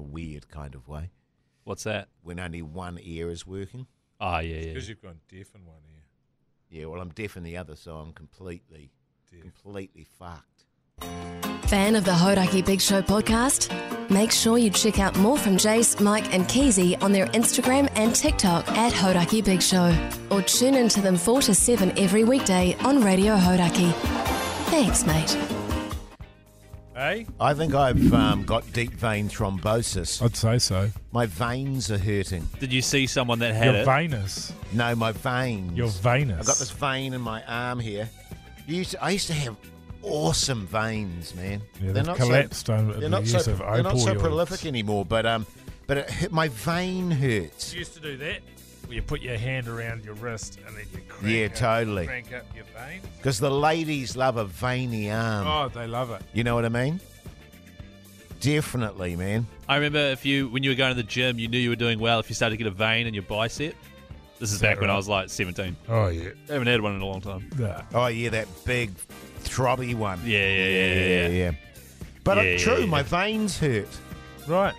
weird kind of way What's that? when only one ear is working. Oh, yeah, yeah. Because you've gone deaf in one ear. Yeah, well, I'm deaf in the other, so I'm completely, Deaf. completely fucked. Fan of the Hodaki Big Show podcast? Make sure you check out more from Jace, Mike, and Keezy on their Instagram and TikTok at Hodaki Big Show. Or tune in to them 4 to 7 every weekday on Radio Hodaki. Thanks, mate. Hey, I think I've um, got deep vein thrombosis. I'd say so. My veins are hurting. Did you see someone that had Your it? venus. No, my veins. Your venus. I've got this vein in my arm here. You used to- I used to have awesome veins, man. Yeah, they've collapsed so, over they're the not use so, of They're not so opioids. prolific anymore, but um, but it, hit- my vein hurts. You used to do that. Where you put your hand around your wrist and then you crank Yeah, up- totally. crank up your vein. Because the ladies love a veiny arm. Oh, they love it. You know what I mean? Definitely, man. I remember if you when you were going to the gym, you knew you were doing well if you started to get a vein in your bicep. This is that back when I right? was like 17. Oh yeah. I haven't had one in a long time. Nah. Oh yeah, that big throbby one. Yeah, yeah, yeah, yeah, yeah. But Yeah, it's yeah, true, yeah. my veins hurt. Right.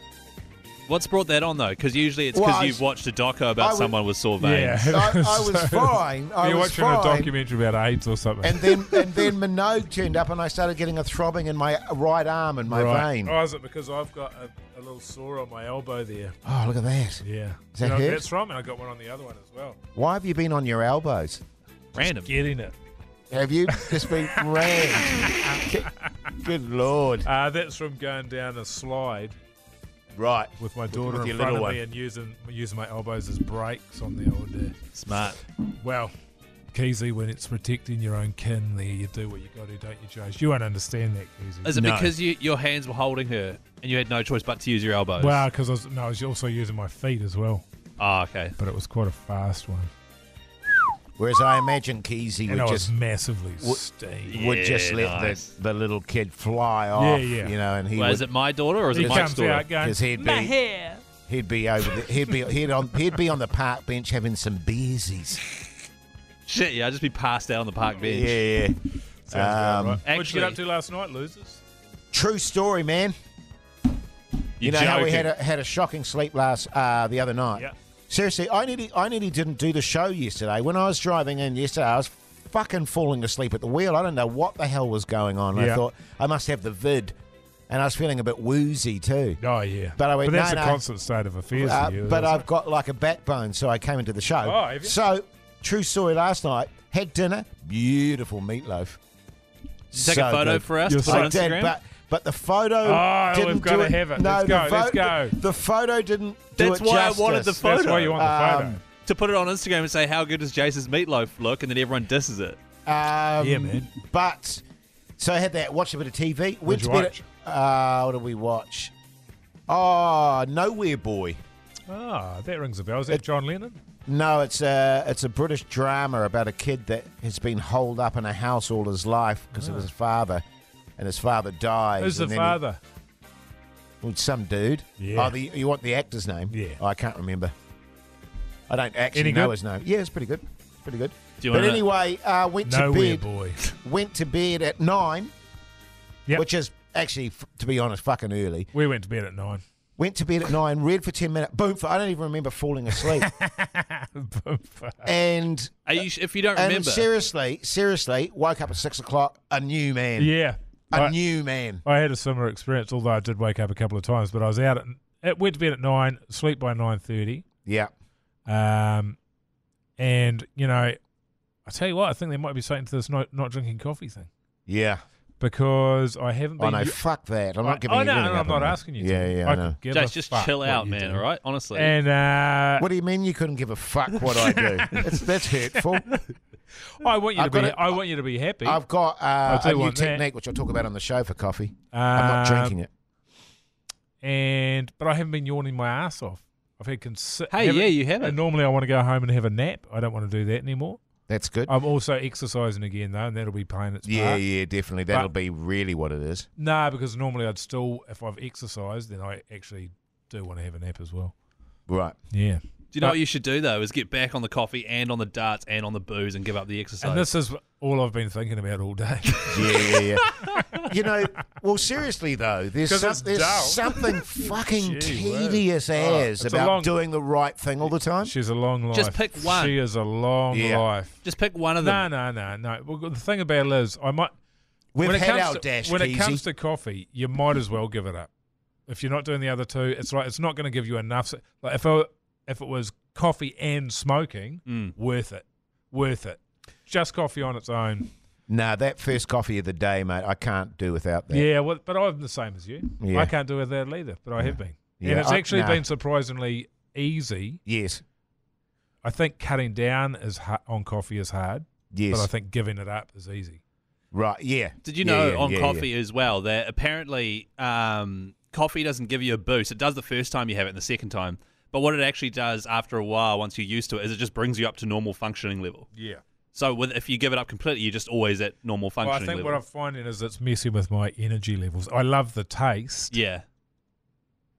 What's brought that on though? Because usually it's Well, because I you've was- watched a doco I about was- someone with sore veins. Yeah. I, I was So- fine. I You're was watching fine. a documentary about AIDS or something. And then and then Minogue turned up and I started getting a throbbing in my right arm and my right. vein. Oh, is it because I've got a, a little sore on my elbow there? Oh, look at that. Yeah. Does that you know, hurt? That's right, and I got one on the other one as well. Why have you been on your elbows? Random. Getting it. Have you just been rammed? Good lord. Uh, that's from going down a slide Right. with my daughter with in your front little of one. me and using using my elbows as brakes on the old. Uh, Smart. Well, Keezy, when it's protecting your own kin, there you do what you got to, don't you, Josh? You won't understand that, Keezy. Is it No. because you, your hands were holding her and you had no choice but to use your elbows? Well, because I was, no, I was also using my feet as well, Ah, okay. but it was quite a fast one, Whereas I imagine Keezy and I would was just massively would- steamed. Yeah, would just let nice. the, the little kid fly off. yeah. You know, and he Well, is would it my daughter or is He it Mike's comes daughter? out going, because he'd be he'd be over the, he'd be he'd on he'd be on the park bench having some beersies. Shit, yeah, I'd just be passed out on the park bench. Yeah, yeah. "Sounds Um, about right. What'd you actually- get up to last night, losers? true story, man. You You're know how we joking. had a, had a shocking sleep last uh, the other night. Yeah. Seriously, I nearly I nearly didn't do the show yesterday. When I was driving in yesterday, I was fucking falling asleep at the wheel. I don't know what the hell was going on. Yeah. I thought I must have the vid, and I was feeling a bit woozy too. Oh yeah, But I went, that's "No, a no." constant state of affairs Uh, for you. but isn't I've it? got like a backbone, so I came into the show. Oh, have you? So, true story. Last night had dinner, beautiful meatloaf. Did you take a photo for us? You're to put so on I Instagram? did, but but the photo Oh, didn't we've do gotta it. have it. No, Let's the go, let's go. The, photo didn't. do That's it why I wanted justice. the that's why photo. you want the photo. Um, to put it on Instagram and say, how good does Jace's meatloaf look? And then everyone disses it. Um, Yeah, man. But so I had that. Watched a bit of TV. Went you to bed at- uh, what did we watch? Oh, Nowhere Boy. um, Ah, that rings a bell. Is that John Lennon? No, it's a it's a British drama about a kid that has been holed up in a house all his life because of his father, and his father dies. Ah. Who's the and then he- father? well, some dude. Yeah. Oh, the, you want the actor's name? Yeah. Oh, I can't remember. I don't actually Any know good? his name. Yeah, it's pretty good. It's pretty good. Do you but wanna- anyway, uh, went to Nowhere bed. boy. Went to bed at nine, Yep. which is actually, f- to be honest, fucking early. We went to bed at nine. Went to bed at nine, read for ten minutes. Boom! For, I don't even remember falling asleep. and Are you, sh- if you don't and remember, seriously, seriously, woke up at six o'clock, a new man. yeah. A I- new man. I had a similar experience, although I did wake up a couple of times. But I was out at, at went to bed at nine, sleep by nine thirty, Yeah. um, and you know, I tell you what, I think there might be something to this not, not drinking coffee thing Yeah. because I haven't Oh been. no, fuck that. I'm I, not giving I you know, anything and I'm up not on that. asking you. to. Yeah, yeah, I could know. give Jace, a just fuck chill what out, you man, do. all right? Honestly. And uh, What do you mean you couldn't give a fuck what I do? that's, that's hurtful. I want you I've to be. got it. I want you to be happy. I've got uh, do a new want that. Uh, technique which I'll talk about on the show for coffee. I'm Um, not drinking it. and but I haven't been yawning my ass off. I've had consi- Hey, haven't- yeah, you haven't. And normally I want to go home and have a nap. I don't want to do that anymore. That's good. I'm also exercising again though, and that'll be playing its yeah, part. yeah, definitely. That'll but- be really what it is. Nah, because normally I'd still, if I've exercised, then I actually do want to have a nap as well. Right. Yeah. Do you know But- what you should do though? Is get back on the coffee and on the darts and on the booze and give up the exercise. And this is all I've been thinking about all day. Yeah, yeah, yeah. you know, well, seriously though, there's, 'Cause some- it's there's dull. something fucking Gee whiz. tedious as it's a about long- doing the right thing all the time. She's a long life. Just pick one. She is a long Yeah. life. Just pick one of them. No, no, no, no. Well, the thing about it is, I might. We've when it had comes our to, dash, when it Keezy. comes to coffee, you might as well give it up. If you're not doing the other two, it's like it's not going to give you enough. s- Like if it, if it was coffee and smoking, Mm. worth it, worth it. Just coffee on its own. Nah, that first coffee of the day, mate, I can't do without that. Yeah, well, but I'm the same as you. Yeah. I can't do it that either, but I have been, Yeah, and it's I- actually nah. been surprisingly easy. Yes, I think cutting down is ha- on coffee is hard, yes. but I think giving it up is easy. right, yeah. Did you Yeah, know yeah, on yeah, yeah. coffee as well that apparently um, coffee doesn't give you a boost. It does the first time you have it and the second time. But what it actually does after a while, once you're used to it, is it just brings you up to normal functioning level. Yeah. So with, if you give it up completely, you're just always at normal Well, I functioning think level. what I'm finding is it's messing with my energy levels. I love the taste, yeah.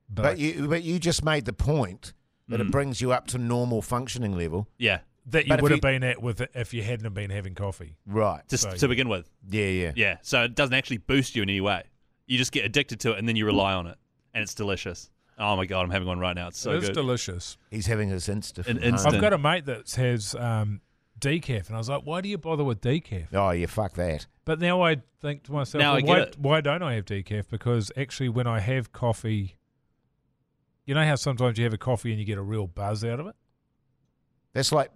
but, But you, but you just made the point that Mm. it brings you up to normal functioning level. Yeah. that you but if would you- have been at with it if you hadn't have been having coffee. Right. Just So, to yeah. begin with. Yeah, yeah. Yeah. So it doesn't actually boost you in any way. You just get addicted to it and then you rely on it. And it's delicious. Oh my God, I'm having one right now. It's so it is good. delicious. He's having his Insta. from An home. Insta. I've got a mate that has um, decaf, and I was like, why do you bother with decaf? Oh, yeah, fuck that. But now I think to myself, Now I well, get it. why, why don't I have decaf? Because actually, when I have coffee, you know how sometimes you have a coffee and you get a real buzz out of it? That's like,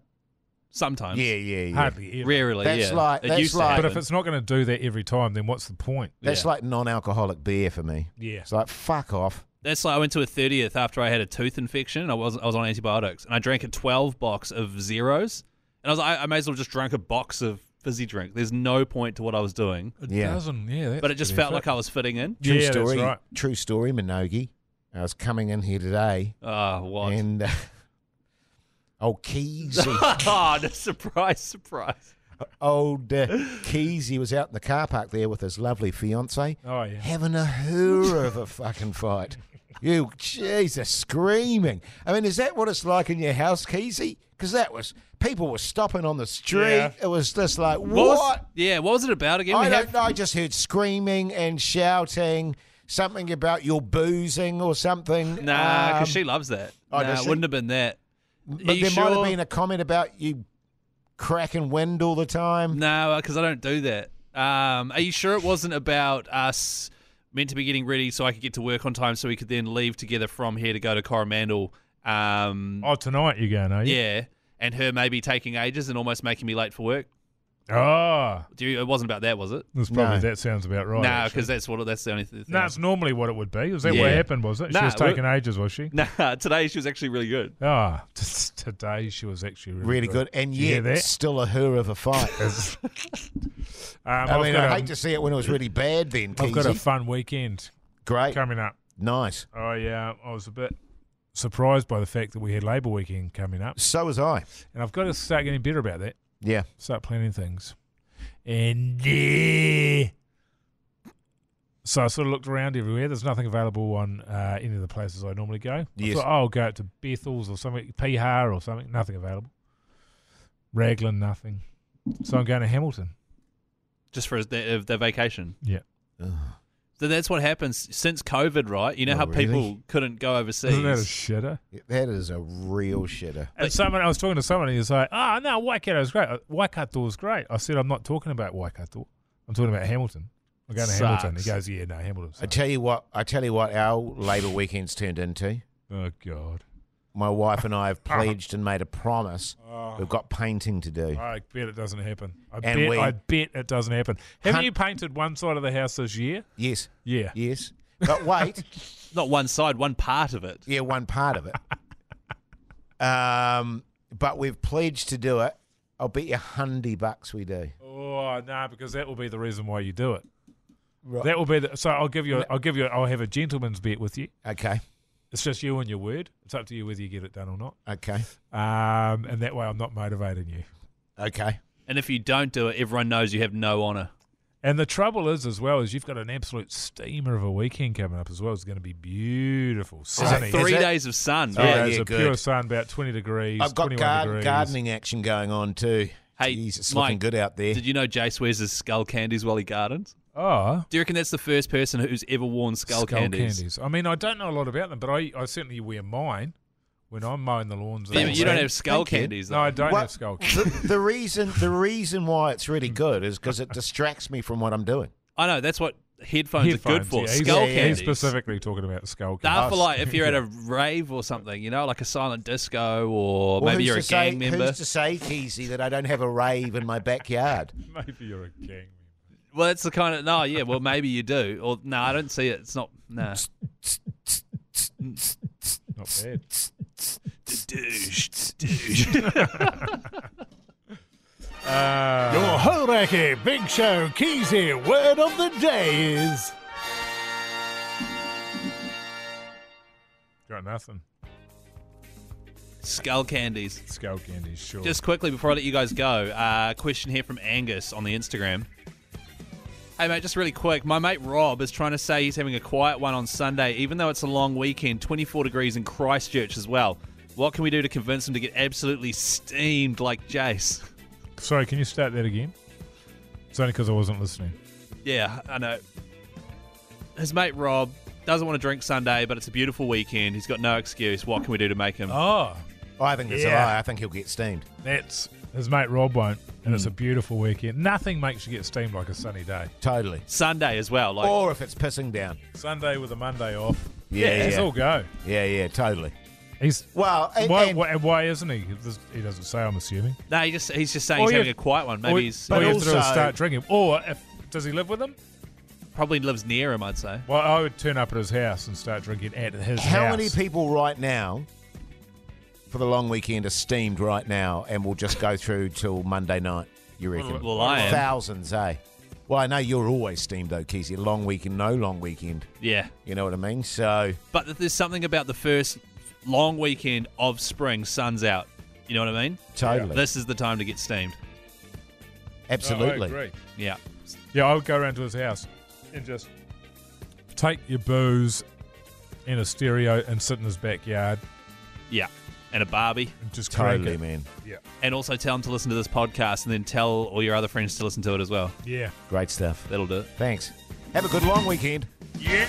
Sometimes. yeah, yeah, yeah. Hardly ever. Rarely. That's yeah. like- It that's used to like- But if happen. it's not going to do that every time, then what's the point? That's Yeah. like non-alcoholic beer for me. Yeah. It's like fuck off. That's like I went to a thirtieth after I had a tooth infection. I was I was on antibiotics, and I drank a twelve box of zeros, and I was like, I, I may as well just drink a box of fizzy drink. There's no point to what I was doing, It Yeah. doesn't, yeah. that's but it just pretty felt fit. like I was fitting in. True Yeah, that's story. right. True story, Minogi. I was coming in here today, Oh, what? and uh, old Keezy, oh, no, surprise, surprise. old uh, Keezy was out in the car park there with his lovely fiance, Oh, yeah. having a hoorah of a fucking fight. You Jesus, screaming! I mean, is that what it's like in your house, Keezy? Because that was people were stopping on the street. Yeah. It was just like What? what? was, yeah, what was it about again? We I have- don't know. I just heard screaming and shouting, something about your boozing or something. Nah, because Um, she loves that. oh, nah, does it she? wouldn't have been that. Are Um, But you there sure? might have been a comment about you cracking wind all the time. No, because I don't do that. Um, are you sure it wasn't about us meant to be getting ready so I could get to work on time so we could then leave together from here to go to Coromandel? Um, Oh, tonight you're going, are you? yeah, and her maybe taking ages and almost making me late for work. Oh, Do you, it wasn't about that, was it? that's probably, No. that sounds about Oh, right. No, actually. because that's what that's the only th- thing. No, it's normally what it would be. Is that Yeah. what happened, was it? Nah, she was it wa- taking ages, was she? Nah, today she was actually really good. Ah, today she was actually really, Really good, and Did you yet hear that? still a hoor of a fight. Um, I I've mean, got I a- hate to see it when it was really bad. Then, I've got a Keezy. fun weekend great, coming up. nice. Oh yeah, I was a bit surprised by the fact that we had Labour weekend coming up, So was I. and I've got to start getting better about that. Yeah, Start planning things, and yeah. So I sort of looked around everywhere. There's nothing available on uh, any of the places I normally go. I Yes. thought, oh, I'll go out to Bethel's or something, Pihar or something. Nothing available. Raglan, nothing. So I'm going to Hamilton. Just for their, their vacation. Yeah. So that's what happens since COVID, right? You know Oh, how really? people couldn't go overseas. Isn't that a shitter? that is a real shitter. And someone, I was talking to someone, and he was like, "Ah, no, Waikato's great. Uh, Waikato's great." I said, "I'm not talking about Waikato. I'm talking about Hamilton. I'm going to Hamilton." He Sucks. goes, "Yeah, no, Hamilton." I tell you what. I tell you what. Our Labour weekends turned into. oh God, My wife and I have Uh-huh. pledged and made a promise. Oh. We've got painting to do. I bet it doesn't happen. I And bet, we- I bet it doesn't happen. Haven't Hun- you painted one side of the house this year? Yes, Yeah. yes. But wait, Not one side, one part of it. Yeah, one part of it. um, but we've pledged to do it. I'll bet you hundy bucks we do. Oh no, because that will be the reason why you do it. Right. That will be the. So I'll give you. A, I'll give you. A, I'll have a gentleman's bet with you. Okay, It's just you and your word. It's up to you whether you get it done or not. okay, Um, and that way, I'm not motivating you. okay. And if you don't do it, everyone knows you have no honor. And the trouble is, as well, is you've got an absolute steamer of a weekend coming up as well. It's going to be beautiful, sunny. Is Three it? days of sun. Three Yeah, days yeah, of good. pure sun, about 20 degrees. I've got 21 garden, degrees. gardening action going on too. Hey, Jeez, it's Mike, looking good out there. Did you know Jace wears his skull candies while he gardens? Oh, Do you reckon that's the first person who's ever worn skull, skull candies? candies. I mean, I don't know a lot about them, but I, I certainly wear mine when I'm mowing the lawns. and Yeah, but all you don't that. have skull Thank you. candies. No, I Though. don't What? have skull candies. the, the reason the reason why it's really good is because it distracts me from what I'm doing. I know that's what headphones, are good Headphones, for. yeah, he's- skull yeah, He's candies. specifically talking about skull They're candies. for like if you're at a rave or something, you know, like a silent disco, or Well, maybe who's you're a to say, gang member. Who's to say, Keezy, that I don't have a rave in my backyard? Maybe you're a gang. Well, that's the kind of no, yeah. Well, maybe you do, or no, I don't see it. It's not no. Not bad. Uh, Your Horaki Big Show Keezy word of the day is. Got nothing. skull candies. Skull candies, sure. Just quickly before I let you guys go, uh, question here from Angus on the Instagram. Hey mate, just really quick. My mate Rob is trying to say he's having a quiet one on Sunday, even though it's a long weekend, 24 degrees in Christchurch as well. What can we do to convince him to get absolutely steamed like Jace? Sorry, can you start that again? It's only because I wasn't listening. Yeah, I know. His mate Rob doesn't want to drink Sunday, but it's a beautiful weekend. He's got no excuse. What can we do to make him? Oh, I think that's a Yeah. lie. I think he'll get steamed. that's his mate Rob won't, and it's a beautiful weekend. Nothing makes you get steamed like a sunny day. Totally. Sunday as well. Like or if it's pissing down. Sunday with a Monday off. Yeah, yeah, It's yeah, all go. yeah, totally. He's Well, and, why, and- why, and why isn't he? This- He doesn't say. I'm assuming. no, he just he's just saying Or he's you- having a quiet one. all Maybe you- he's all But you have to do is also- start drinking. Or if does he live with him? probably lives near him. I'd say. Well, I would turn up at his house and start drinking at his house. how many people right now for the long weekend are steamed right now and will just go through till Monday night? You reckon? Well, I am. Thousands, eh? Well, I know you're always steamed though, Keezy. Long weekend, no long weekend. Yeah, You know what I mean? So but th- there's something about the first long weekend of spring. Sun's out. You know what I mean? totally, This is the time to get steamed. absolutely. Oh, I agree. Yeah. Yeah, I would go around to his house and just take your booze in a stereo and sit in his backyard Yeah. And a Barbie, and just crank Totally, it. man. and also tell him to listen to this podcast, and then tell all your other friends to listen to it as well. Yeah. Great stuff. That'll do it. Thanks. Have a good long weekend. Yeah.